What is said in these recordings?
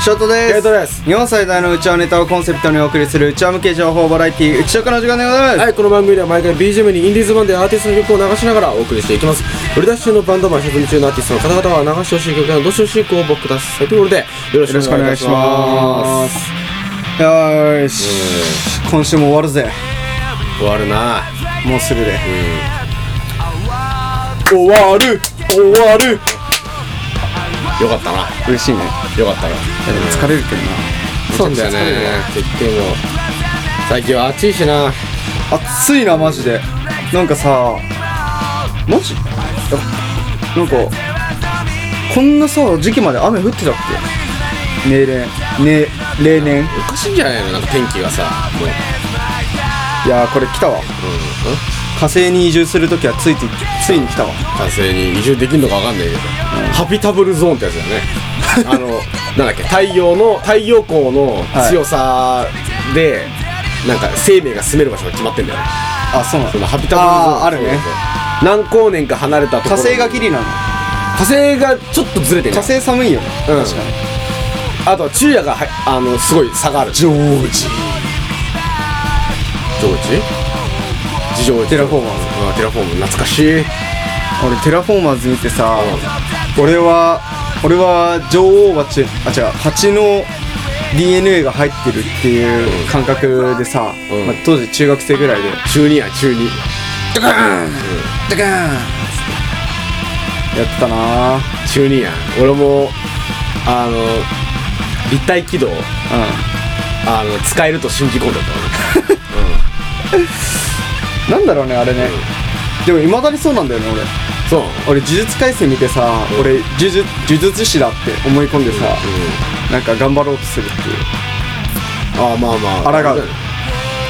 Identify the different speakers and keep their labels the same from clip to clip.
Speaker 1: ショートです
Speaker 2: ケイトです
Speaker 1: 日本最大のうちわネタをコンセプトにお送りするうちわ向け情報バラエティーうち食の時間でございます、
Speaker 2: はい、この番組では毎回 BGM にインディーズ版でアーティストの曲を流しながらお送りしていきます。売り出し中のバンドマン、所属中のアーティストの方々は流してほしい曲など、どしどしご応募ください。ということで、よろし
Speaker 1: よろし
Speaker 2: く
Speaker 1: く
Speaker 2: お
Speaker 1: お
Speaker 2: 願
Speaker 1: 願
Speaker 2: い
Speaker 1: い
Speaker 2: し
Speaker 1: し
Speaker 2: ま。
Speaker 1: ますすよーし今週も終わるぜ
Speaker 2: 終わるな
Speaker 1: もうすぐで
Speaker 2: 終わる終わるよかったな。
Speaker 1: 嬉しいね
Speaker 2: よかったな。
Speaker 1: いやでも疲れるけど
Speaker 2: そうだよね。結局もう、最近は暑いしな。
Speaker 1: な暑いなマジでなんかさマジあなんかこんなさ時期まで雨降ってたっけ例年ね例年
Speaker 2: おかしいんじゃないのなんか天気がさ、もう。
Speaker 1: いやーこれ来たわ
Speaker 2: うん、うん
Speaker 1: 火星に移住するときはついてついに来たわ
Speaker 2: 完成に移住できるのかわかんないけど、ハビタブルゾーンってやつだよねあのなんだっけ太陽の太陽光の強さで、なんか生命が住める場所が決まってんだよね
Speaker 1: あそうなの
Speaker 2: そのハビタブルゾーン
Speaker 1: あーあるね
Speaker 2: 何光年か離れたとこ
Speaker 1: 火
Speaker 2: ろ
Speaker 1: 星がギリなの
Speaker 2: 火星がちょっとずれてる
Speaker 1: 火星寒いよね、
Speaker 2: うん
Speaker 1: 確かに
Speaker 2: あとは昼夜がはあのすごい差があるジ
Speaker 1: ジョージ
Speaker 2: ョージジジョージ
Speaker 1: テラフォーマ
Speaker 2: ーズテラフォーム懐かしい
Speaker 1: 俺テラフォーマーズ見てさ、俺は俺は女王蜂あ違う蜂の DNA が入ってるっていう感覚でさ、
Speaker 2: うん
Speaker 1: まあ、当時中学生ぐらいで
Speaker 2: 中二や中二
Speaker 1: ドカーンドカーンやったな
Speaker 2: 中二や俺もあの立体軌道
Speaker 1: う
Speaker 2: あの使えると信じ込んだった俺
Speaker 1: んなんだろうねあれね、でもいまだにそうなんだよね俺
Speaker 2: そうなの
Speaker 1: 俺呪術廻戦見てさ、俺呪術呪術師だって思い込んでさ、なんか頑張ろうとするっていう
Speaker 2: ああまあまあ
Speaker 1: 抗う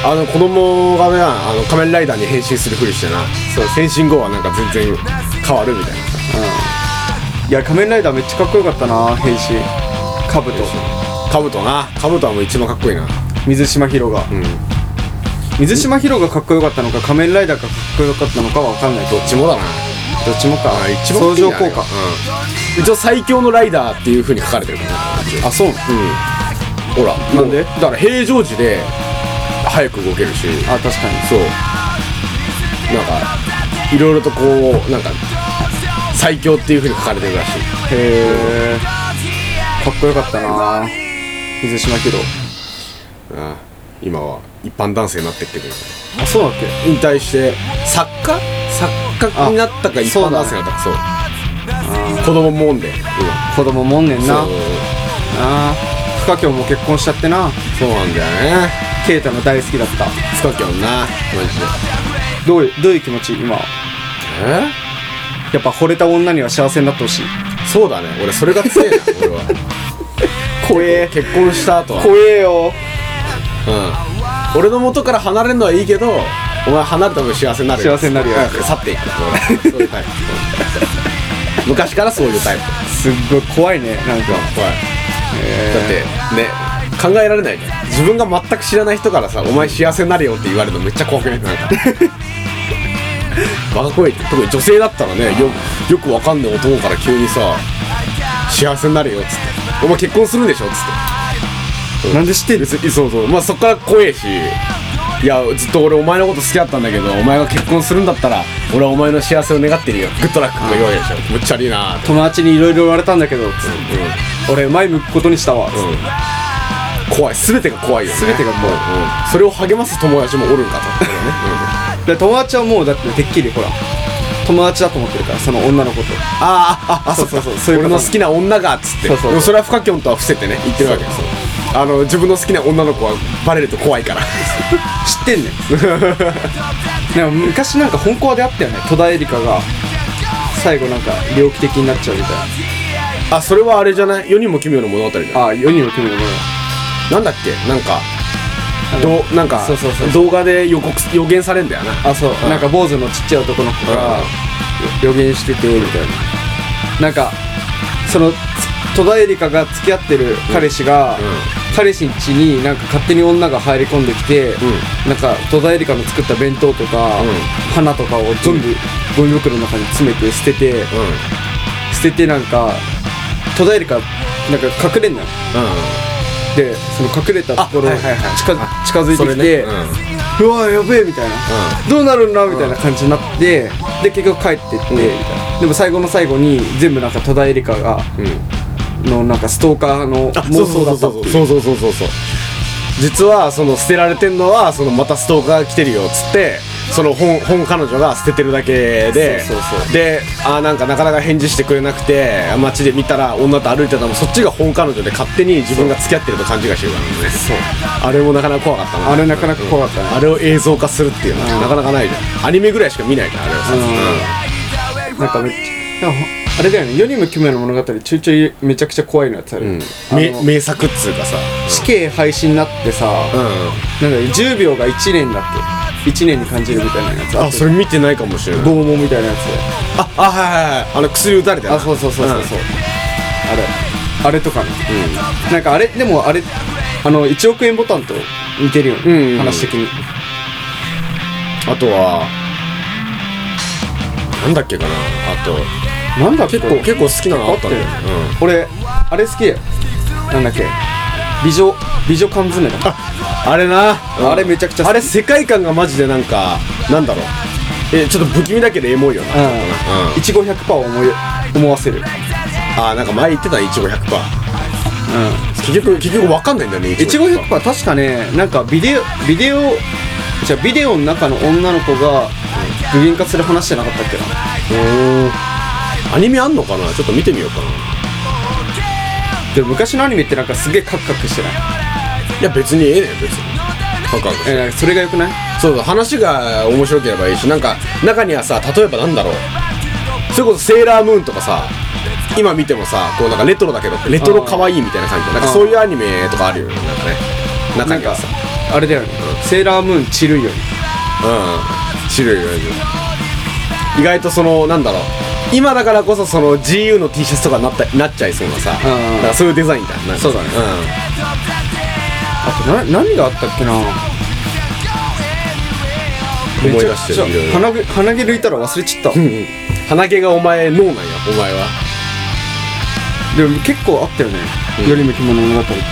Speaker 2: あの子供がねあの仮面ライダーに変身するふりしてなそう変身後はなんか全然変わるみたいない
Speaker 1: や仮面ライダーめっちゃかっこよかったな変身カブと
Speaker 2: カブトなカブトはもう一番かっこいいな
Speaker 1: 水島ヒロが、
Speaker 2: ん
Speaker 1: 水島ヒロがかっこよかったのか仮面ライダーがかっこよかったのかは分かんないけど
Speaker 2: どっちもだな
Speaker 1: どっちもか
Speaker 2: あ一
Speaker 1: 相
Speaker 2: 番
Speaker 1: 乗
Speaker 2: かっ
Speaker 1: 効
Speaker 2: こいいな
Speaker 1: 果
Speaker 2: うん、一応最強のライダーっていうふうに書かれてるからな一応
Speaker 1: あそう
Speaker 2: ほら
Speaker 1: なんで
Speaker 2: もうだから平常時で早く動けるし
Speaker 1: あ確かに
Speaker 2: そうなんかいろいろとこうなんか最強っていうふうに書かれてるらしい
Speaker 1: へえかっこよかったな水島ヒロ
Speaker 2: ああ今は一般男性になってっけど
Speaker 1: あそうだっけ
Speaker 2: 引退して作家作家になったか
Speaker 1: あ
Speaker 2: 一般男性になったかそう,、子供もんで今
Speaker 1: 子供もんねんな
Speaker 2: そう
Speaker 1: なあ深京も結婚しちゃってな
Speaker 2: そうなんだよね
Speaker 1: 啓太の大好きだった
Speaker 2: つかきょんなマジで
Speaker 1: どういうどういう気持ち今
Speaker 2: え
Speaker 1: やっぱ惚れた女には幸せになってほしい
Speaker 2: そうだね俺それが強いな 俺は
Speaker 1: 怖え
Speaker 2: 結婚した後は
Speaker 1: 怖えよ
Speaker 2: うん俺の元から離れるのはいいけどお前離れた分幸せになる
Speaker 1: 幸せになるよ
Speaker 2: うん去っていく俺そういうタイプ昔からそういうタイプ
Speaker 1: すっごい怖いねなんか
Speaker 2: 怖いだってね考えられないから自分が全く知らない人からさ「お前幸せになれよ」って言われるのめっちゃ怖くないなんかバカ声って特に女性だったらねよよくわかんない男から急にさ「幸せになれよ」っつって「お前結婚するんでしょ」っつって
Speaker 1: なんで知ってんの
Speaker 2: 別にそうそうまあそっから怖えしいやずっと俺お前のこと好きだったんだけどお前が結婚するんだったら俺はお前の幸せを願ってるよグッドラックとか言うわけでしょむっちゃりいなーって
Speaker 1: 友達にいろいろ言われたんだけど、つって俺前向くことにしたわ、つって
Speaker 2: 怖い全てが怖いよね
Speaker 1: 全てが怖い
Speaker 2: うんそれを励ます友達もおるんかと思
Speaker 1: で友達はもうだっててっきりほら友達だと思ってるからその女の子と
Speaker 2: あああそうそうそうそうい
Speaker 1: 俺
Speaker 2: う俺
Speaker 1: の
Speaker 2: の
Speaker 1: 好
Speaker 2: 好
Speaker 1: き
Speaker 2: きな女がっつって
Speaker 1: そうそうそう
Speaker 2: でもそれは深きょんとは伏せてね言ってるわけですよあの自分の好きな女の子はバレると怖いから
Speaker 1: 知ってん ねんでも昔なんか本校であったよね戸田恵梨香が最後なんか猟奇的になっちゃうみたい
Speaker 2: あそれはあれじゃない世にも奇妙な物語だ
Speaker 1: なああ世にも奇妙なもの
Speaker 2: なんだっけなんかどうなんか
Speaker 1: そうそうそう
Speaker 2: 動画で予告予言されんだよな
Speaker 1: あそうなんか坊主のちっちゃい男の子が
Speaker 2: うん
Speaker 1: 予言しててみたいななんかそのつ戸田恵梨香が付き合ってる彼氏が、
Speaker 2: んうん
Speaker 1: 彼氏ん家になんか勝手に女が入り込んできて、
Speaker 2: う
Speaker 1: なんか戸田恵梨香の作った弁当とか、
Speaker 2: うん
Speaker 1: 花とかを全部ゴミ袋の中に詰めて捨てて、
Speaker 2: う
Speaker 1: 捨ててなんか戸田恵梨香なんか隠れんのよでその隠れたところ
Speaker 2: あ
Speaker 1: に
Speaker 2: はいはいはい
Speaker 1: 近,、近づいてきて、
Speaker 2: うんうん
Speaker 1: うわやべえみたいな、
Speaker 2: う
Speaker 1: どうなるんだみたいな感じになって、で結局帰ってって、みたいなでも最後の最後に全部なんか戸田恵梨香がのなんかストーカーの
Speaker 2: あ
Speaker 1: 妄想だったっていう
Speaker 2: そうそうそうそうそう実はその捨てられてんのはそのまたストーカーが来てるよっつってその本本彼女が捨ててるだけで
Speaker 1: そうそうそ
Speaker 2: であーなんかなかなか返事してくれなくて街で見たら女と歩いてたのもそっちが本彼女で勝手に自分が付き合ってると勘違いしてるからねあれもなかなか怖かったもん
Speaker 1: あれなかなか怖かったね
Speaker 2: あれを映像化するっていうのはなかなかないじゃんアニメぐらいしか見ないからあれはさ、
Speaker 1: なんかめっちゃなんかあれだよね世にも奇妙な物語ちょいちょいめちゃくちゃ怖いのやつある、
Speaker 2: うん
Speaker 1: あの
Speaker 2: め名作っつうかさ
Speaker 1: 死刑廃止になってさ、
Speaker 2: う
Speaker 1: なんか10秒が1年だっけ1年に感じるみたいなやつ
Speaker 2: ん
Speaker 1: あ
Speaker 2: あそれ見てないかもしれない
Speaker 1: 拷問みたいなや
Speaker 2: あ、あ、はいはいはい。あの、薬打たれて
Speaker 1: つあそうそうそうそうそう、あれあれとかね、なんかあれでもあれあの1億円ボタンと似てるよね、
Speaker 2: うんうん
Speaker 1: 話的に
Speaker 2: あとは、なんだっけかな。あと、
Speaker 1: なんだっけ
Speaker 2: 結構、結構好きなのあったんだよね。
Speaker 1: 合ってる俺あれ好きだよなんだっけ美女美女缶詰だ
Speaker 2: うん。あれな、
Speaker 1: あれめちゃくちゃ好き
Speaker 2: あれ世界観がマジでなんか、なんだろう。え、ちょっと不気味だけどエモいよな。
Speaker 1: うんいちご100%を思い思わせる
Speaker 2: あ、なんか前言ってた、いちご100%。
Speaker 1: う
Speaker 2: 結局、結局わかんないんだよね、
Speaker 1: んいちご100%は確かねなんかビデオビデオじゃあビデオの中の女の子が具現化する話じゃなかったっけな
Speaker 2: うんアニメあんのかなちょっと見てみようかな。
Speaker 1: でも昔のアニメってなんかすげえカクカクしてない
Speaker 2: いや、別にええねん、別に。わかんない
Speaker 1: えなんかそれがよくない
Speaker 2: そうそう話が面白ければいいしなんか中にはさ例えばなんだろうそれこそセーラームーンとかさ今見てもさこうなんかレトロだけどレトロ可愛いみたいな感じでなんか
Speaker 1: あー
Speaker 2: そういうアニメとかあるよねなんかね中
Speaker 1: なん
Speaker 2: には
Speaker 1: か
Speaker 2: さ
Speaker 1: あれだよねセーラームーン散るよ
Speaker 2: うん種類があるよ意外とそのなんだろう今だからこそその GU の T シャツとかなったなっちゃいそうなさだ
Speaker 1: うん
Speaker 2: からそういうデザインだなんか
Speaker 1: そうだねあとな何があったっけな
Speaker 2: うん思い出してるいろいろ
Speaker 1: 鼻毛鼻毛抜いたら忘れちゃった
Speaker 2: うんうん鼻毛がお前脳なんやお前は
Speaker 1: でも結構あったよね
Speaker 2: うん
Speaker 1: よりも着物物語ってね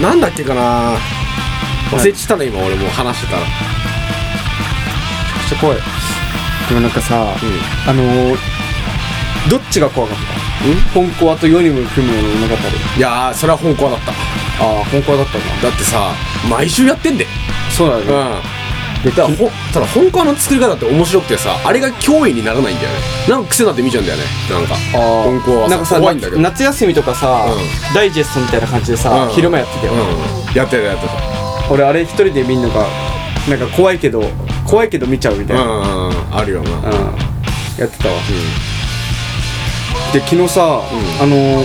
Speaker 2: ななんだっけかな忘れちゃったの今俺もう話してたら
Speaker 1: めっちゃ怖いでもなんかさ
Speaker 2: う
Speaker 1: あのーどっちが怖かった本コアと世にも奇妙な物語
Speaker 2: んいやーそれは本校だった
Speaker 1: ああ本コアだったんだ
Speaker 2: だってさ毎週やってんで
Speaker 1: そうだ
Speaker 2: うん
Speaker 1: ね
Speaker 2: でただほただ本校の作り方って面白くてさあれが脅威にならないんだよねなんか癖になって見ちゃうんだよねなんか
Speaker 1: あ
Speaker 2: 本校は
Speaker 1: なんかさ
Speaker 2: 怖いんだけど
Speaker 1: な夏休みとかさ
Speaker 2: う
Speaker 1: ダイジェストみたいな感じで
Speaker 2: う
Speaker 1: さ
Speaker 2: ん
Speaker 1: 昼間やってたよ
Speaker 2: うんやってるやって
Speaker 1: 俺あれ一人で見んのがなんか怖いけど怖いけど見ちゃうみた
Speaker 2: た
Speaker 1: いうな、
Speaker 2: んうんうんあるよなうん
Speaker 1: うんやってたわで昨日さ、あのー、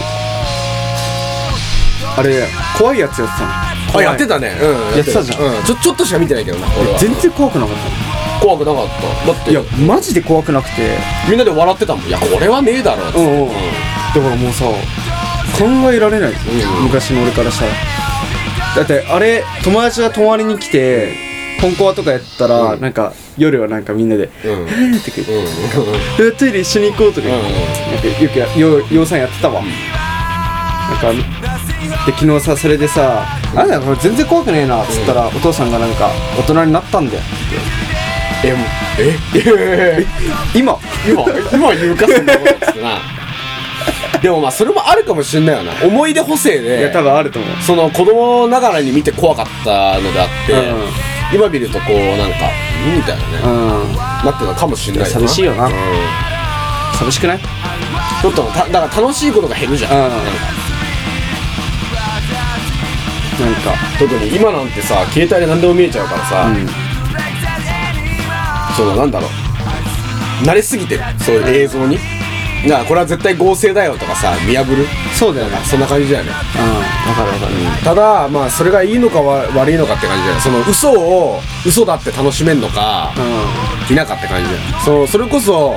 Speaker 1: あれ怖いやつやってたの
Speaker 2: あ
Speaker 1: 怖い
Speaker 2: やってたねうん
Speaker 1: やってたじゃん
Speaker 2: うんちょちょっとしか見てないけどな俺は
Speaker 1: 全然怖くなかった
Speaker 2: 怖くなかっただって
Speaker 1: いやマジで怖くなくて
Speaker 2: みんなで笑ってたもんいやこれはねえだろっつって
Speaker 1: うんうんだからもうさ考えられない、
Speaker 2: ん
Speaker 1: 昔の俺からしたらだってあれ友達が泊まりに来て本コアとかやったら、
Speaker 2: うん
Speaker 1: なんか夜はなんかみんなで「
Speaker 2: うん
Speaker 1: えーって言って
Speaker 2: うんうんうん
Speaker 1: えトイレ一緒に行こうとか言って、
Speaker 2: う
Speaker 1: なんかよくやようようさんやってたわ、なんかで昨日さそれでさ「あれだよこれ全然怖くねえな」っつったら、お父さんがなんか大人になったんだよ
Speaker 2: えもうえ
Speaker 1: 今
Speaker 2: 今今言うかそんなことっつってなでもまあそれもあるかもしんないよな思い出補正
Speaker 1: いや
Speaker 2: で
Speaker 1: 多分あると思う
Speaker 2: その子供ながらに見て怖かったのであって、
Speaker 1: うん
Speaker 2: 今見るとこうなんかうんみたいなね、
Speaker 1: うん
Speaker 2: なってるのかもしんないよ
Speaker 1: 寂しいよな
Speaker 2: うん
Speaker 1: 寂しくない
Speaker 2: ちょっとただから楽しいことが減るじゃん、
Speaker 1: うん
Speaker 2: なんか
Speaker 1: なんか
Speaker 2: 特に今なんてさ携帯で何でも見えちゃうからさ、
Speaker 1: うん
Speaker 2: そのなんだろう慣れすぎてるそういう映像にだからこれは絶対合成だよとかさ見破る
Speaker 1: そうだよね
Speaker 2: なんかそんな感じだよね
Speaker 1: うんわかるわかる
Speaker 2: ただまあそれがいいのかわ悪いのかって感じだよねその嘘を嘘だって楽しめんのか
Speaker 1: う
Speaker 2: 否かって感じだよねそうそれこそ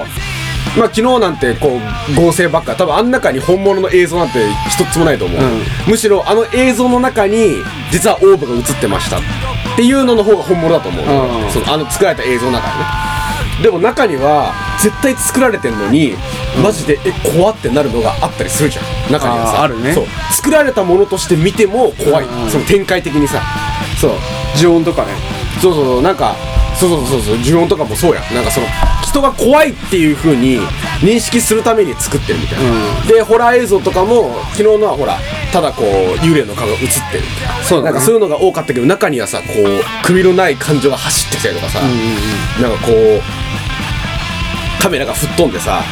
Speaker 2: まあ昨日なんてこう合成ばっか多分あん中に本物の映像なんて一つもないと思う、
Speaker 1: うん
Speaker 2: むしろあの映像の中に実はオーブが映ってましたっていうのの方が本物だと思う、
Speaker 1: うん
Speaker 2: そのあの作られた映像の中にねでも中には絶対作られてんのにマジでえ怖ってなるのがあったりするじゃん中にはさ
Speaker 1: あーあるね
Speaker 2: そう作られたものとして見ても怖い、その展開的にさそう
Speaker 1: 呪音とかね
Speaker 2: そうそうそうなんかそうそうそうそう呪音とかもそうやなんかその人が怖いっていう風に認識するために作ってるみたいな、でホラー映像とかも昨日のはほらただこう幽霊の顔が映ってるみたいな
Speaker 1: そうだね
Speaker 2: なんかそういうのが多かったけど中にはさこう首のない感情が走ってきたりとかさ、なんかこうカメラが吹っ飛んでさ、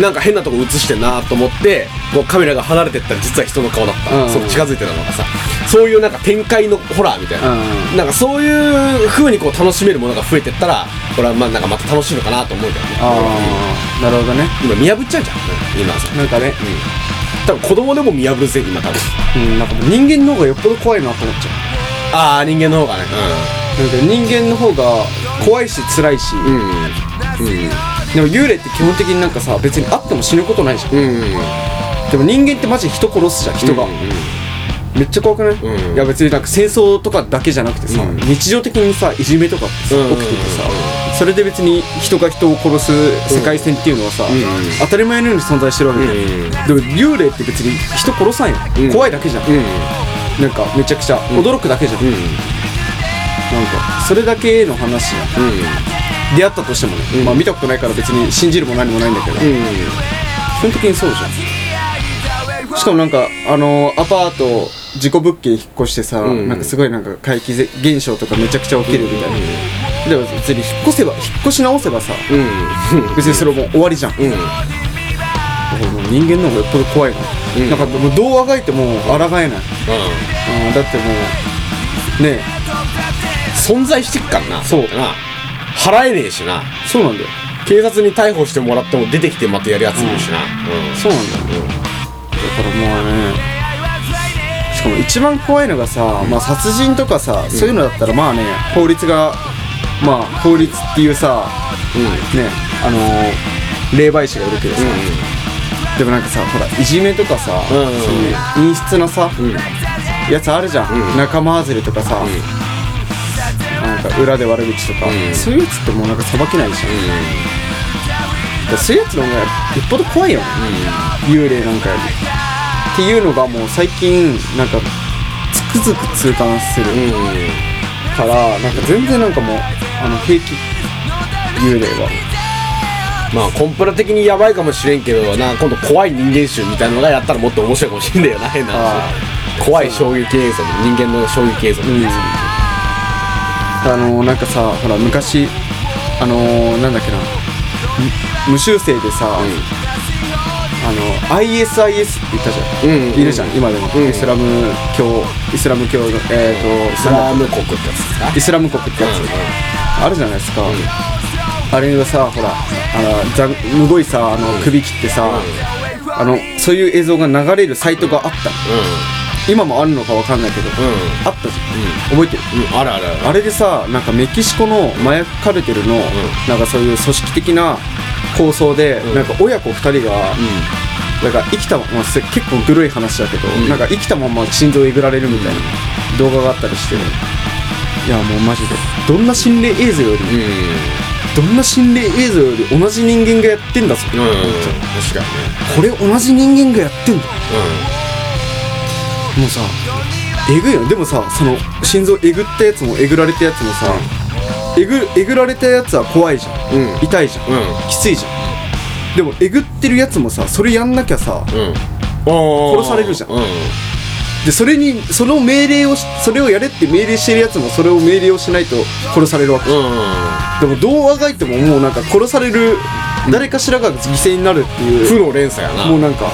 Speaker 2: なんか変なとこ映してんなと思ってこうカメラが離れてったら実は人の顔だった、
Speaker 1: うん
Speaker 2: その近づいてたのがさそういうなんか展開のホラーみたいな、
Speaker 1: うん
Speaker 2: なんかそういう風にこう楽しめるものが増えてったらこれはまあなんかまた楽しいのかなと思うけどね
Speaker 1: あなるほどね
Speaker 2: 今見破っちゃうじゃん今さ
Speaker 1: なんかね
Speaker 2: 多分子供でも見破るぜ今多分
Speaker 1: うんなんかもう人間の方がよっぽど怖いなと思っちゃう
Speaker 2: ああ人間の方がね
Speaker 1: なんか人間の方が怖いし辛いし、
Speaker 2: うんうん
Speaker 1: でも幽霊って基本的になんかさ別にあっても死ぬことないじゃん、
Speaker 2: うんうん
Speaker 1: でも人間ってマジ人殺すじゃん人が、
Speaker 2: うんうん
Speaker 1: めっちゃ怖くない、
Speaker 2: うん
Speaker 1: いや別になんか戦争とかだけじゃなくてさ、
Speaker 2: うん
Speaker 1: 日常的にさいじめとかってさ
Speaker 2: うん
Speaker 1: 起きててさ、それで別に人が人を殺す世界線っていうのはさ、
Speaker 2: ん
Speaker 1: 当たり前のように存在してるわけじゃん、
Speaker 2: うん
Speaker 1: でも幽霊って別に人殺さんよ、
Speaker 2: うん
Speaker 1: 怖いだけじゃん、
Speaker 2: うん
Speaker 1: なんかめちゃくちゃ驚くだけじゃん、
Speaker 2: うん
Speaker 1: なんかそれだけの話じゃん
Speaker 2: うん
Speaker 1: 出会ったとしてもね、まあ見たことないから別に信じるも何もないんだけど、
Speaker 2: うん
Speaker 1: 基本的にそうじゃんしかもなんかあのーアパート事故物件引っ越してさ、
Speaker 2: うん
Speaker 1: なんかすごいなんか怪奇ぜ現象とかめちゃくちゃ起きるみたいな、でも別に引っ越せば引っ越し直せばさ
Speaker 2: うん
Speaker 1: 別にそれもう終わりじゃん、
Speaker 2: うん
Speaker 1: もう人間の方がよっぽど怖いな、
Speaker 2: うん
Speaker 1: なんかもうどうあがいても抗えない、うん、だってもうね
Speaker 2: 存在してっからな
Speaker 1: そう
Speaker 2: な払えねえしな
Speaker 1: えそうなんだよ
Speaker 2: 警察に逮捕してもらっても出てきてまたやるやついるしなうん
Speaker 1: そうなんだよだからもうねしかも一番怖いのがさ、まあ、殺人とかさ、そういうのだったらまあね法律がまあ法律っていうさ
Speaker 2: うん
Speaker 1: ねあのー霊媒師がいるけどさ、でもなんかさほらいじめとかさ、
Speaker 2: うんうんうん
Speaker 1: そういう陰湿なさ、
Speaker 2: うん
Speaker 1: やつあるじゃん、
Speaker 2: うん
Speaker 1: 仲間外れとかさ、なんか裏で悪口とか、
Speaker 2: うん
Speaker 1: そういうやつってもうなんか裁けないじゃん、だからそういうやつの方がよっぽど怖いよね、幽霊なんかよりっていうのがもう最近なんかつくづく痛感する
Speaker 2: うんうんうん
Speaker 1: からなんか全然なんかもうあの平気幽霊は
Speaker 2: まあコンプラ的にやばいかもしれんけどな今度怖い人間集みたいなのがやったらもっと面白いかもしれんだよな変な
Speaker 1: あ
Speaker 2: 話怖い衝撃映像人間の衝撃映像
Speaker 1: うんあのなんかさほら昔あのーなんだっけなむ無修正でさ、あの ISIS って言ったじゃん、
Speaker 2: うんうん
Speaker 1: いるじゃん今でも、
Speaker 2: うん
Speaker 1: イスラム教イスラム教のえっ、と
Speaker 2: イスラム国ってやつですか
Speaker 1: イスラム国ってやつ、
Speaker 2: うんうん
Speaker 1: あるじゃないですか、あれがさほらあのざむごいさあの首切ってさ、あのそういう映像が流れるサイトがあったの今もあるのかわかんないけど、
Speaker 2: うんうん
Speaker 1: あったじゃん、覚えてる
Speaker 2: うんあるあるある
Speaker 1: あれでさなんかメキシコの麻薬カルテルの、なんかそういう組織的な構想で、
Speaker 2: ん
Speaker 1: なんか親子2人が、
Speaker 2: う
Speaker 1: なんか生きたまませ結構グロい話だけど、
Speaker 2: ん
Speaker 1: なんか生きたまま心臓をえぐられるみたいな動画があったりして、いやもうマジでどんな心霊映像より、
Speaker 2: ん
Speaker 1: どんな心霊映像より同じ人間がやってんだぞ、
Speaker 2: うんうん確かにね
Speaker 1: これ同じ人間がやってんだもうさえぐいよねでもさその心臓えぐったやつもえぐられたやつもさ、えぐえぐられたやつは怖いじゃん、
Speaker 2: うん
Speaker 1: 痛いじゃん、
Speaker 2: うん
Speaker 1: きついじゃんでもえぐってるやつもさそれやんなきゃさ
Speaker 2: うんうんおー
Speaker 1: 殺されるじゃん
Speaker 2: うんうん
Speaker 1: でそれにその命令をしそれをやれって命令してるやつもそれを命令をしないと殺されるわけ、でもどうあがいてももうなんか殺される誰かしらが犠牲になるっていう、
Speaker 2: 負の連鎖やな
Speaker 1: もうなんか
Speaker 2: う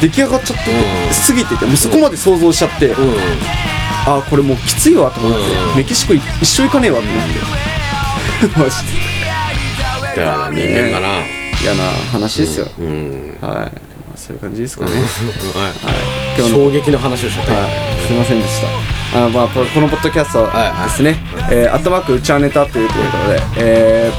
Speaker 1: 出来上がっちゃって
Speaker 2: う
Speaker 1: 過ぎててもうそこまで想像しちゃって、
Speaker 2: んうん
Speaker 1: あーこれもうきついわと思って、
Speaker 2: うん
Speaker 1: メキシコい一生行かねえわと思って、マジで
Speaker 2: だから人間がな
Speaker 1: 嫌な話ですよ、
Speaker 2: うん
Speaker 1: はい、まあ、そういう感じですかね、
Speaker 2: はい
Speaker 1: 今日の
Speaker 2: 衝撃の話をしちゃったよ
Speaker 1: はい、すいませんでしたあの、まあ、ここのポッドキャスト
Speaker 2: はい
Speaker 1: は
Speaker 2: はい
Speaker 1: ですね「えーアットマークうちはネタ」ということで、え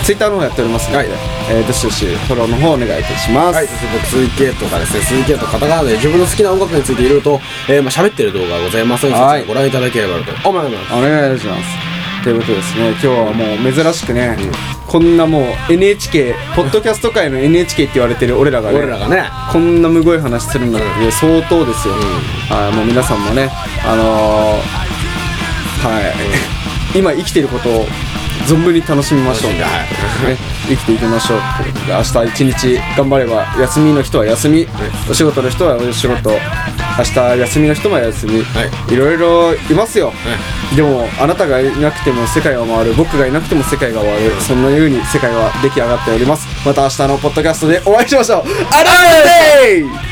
Speaker 1: ー、ツイッターの方やっておりますので、
Speaker 2: はい
Speaker 1: えーどしどしフォローの方お願いいたします、
Speaker 2: はい、そして僕、鈴木圭とかですね、鈴木圭とカタカナで自分の好きな音楽についていろいろと、えー、まあ喋ってる動画がございますので、そち
Speaker 1: は
Speaker 2: ら
Speaker 1: い
Speaker 2: をご覧いただければと。おまえお前
Speaker 1: お願いしますということでですね今日はもう珍しくね、こんなもう NHK ポッドキャスト界の NHK って言われてる俺らがね
Speaker 2: 俺らがね
Speaker 1: こんなむごい話するんだっていう相当ですよ、はいもう皆さんもねあのーはい、今生きてることを存分に楽しみましょう、ね
Speaker 2: 楽しんではい
Speaker 1: 生きていきましょうということで明日一日頑張れば休みの人は休み、お仕事の人はお仕事明日休みの人も休み、、
Speaker 2: はい
Speaker 1: ろいろいますよ、でもあなたがいなくても世界は回る僕がいなくても世界が回る、そんなように世界は出来上がっておりますまた明日のポッドキャストでお会いしましょうあらー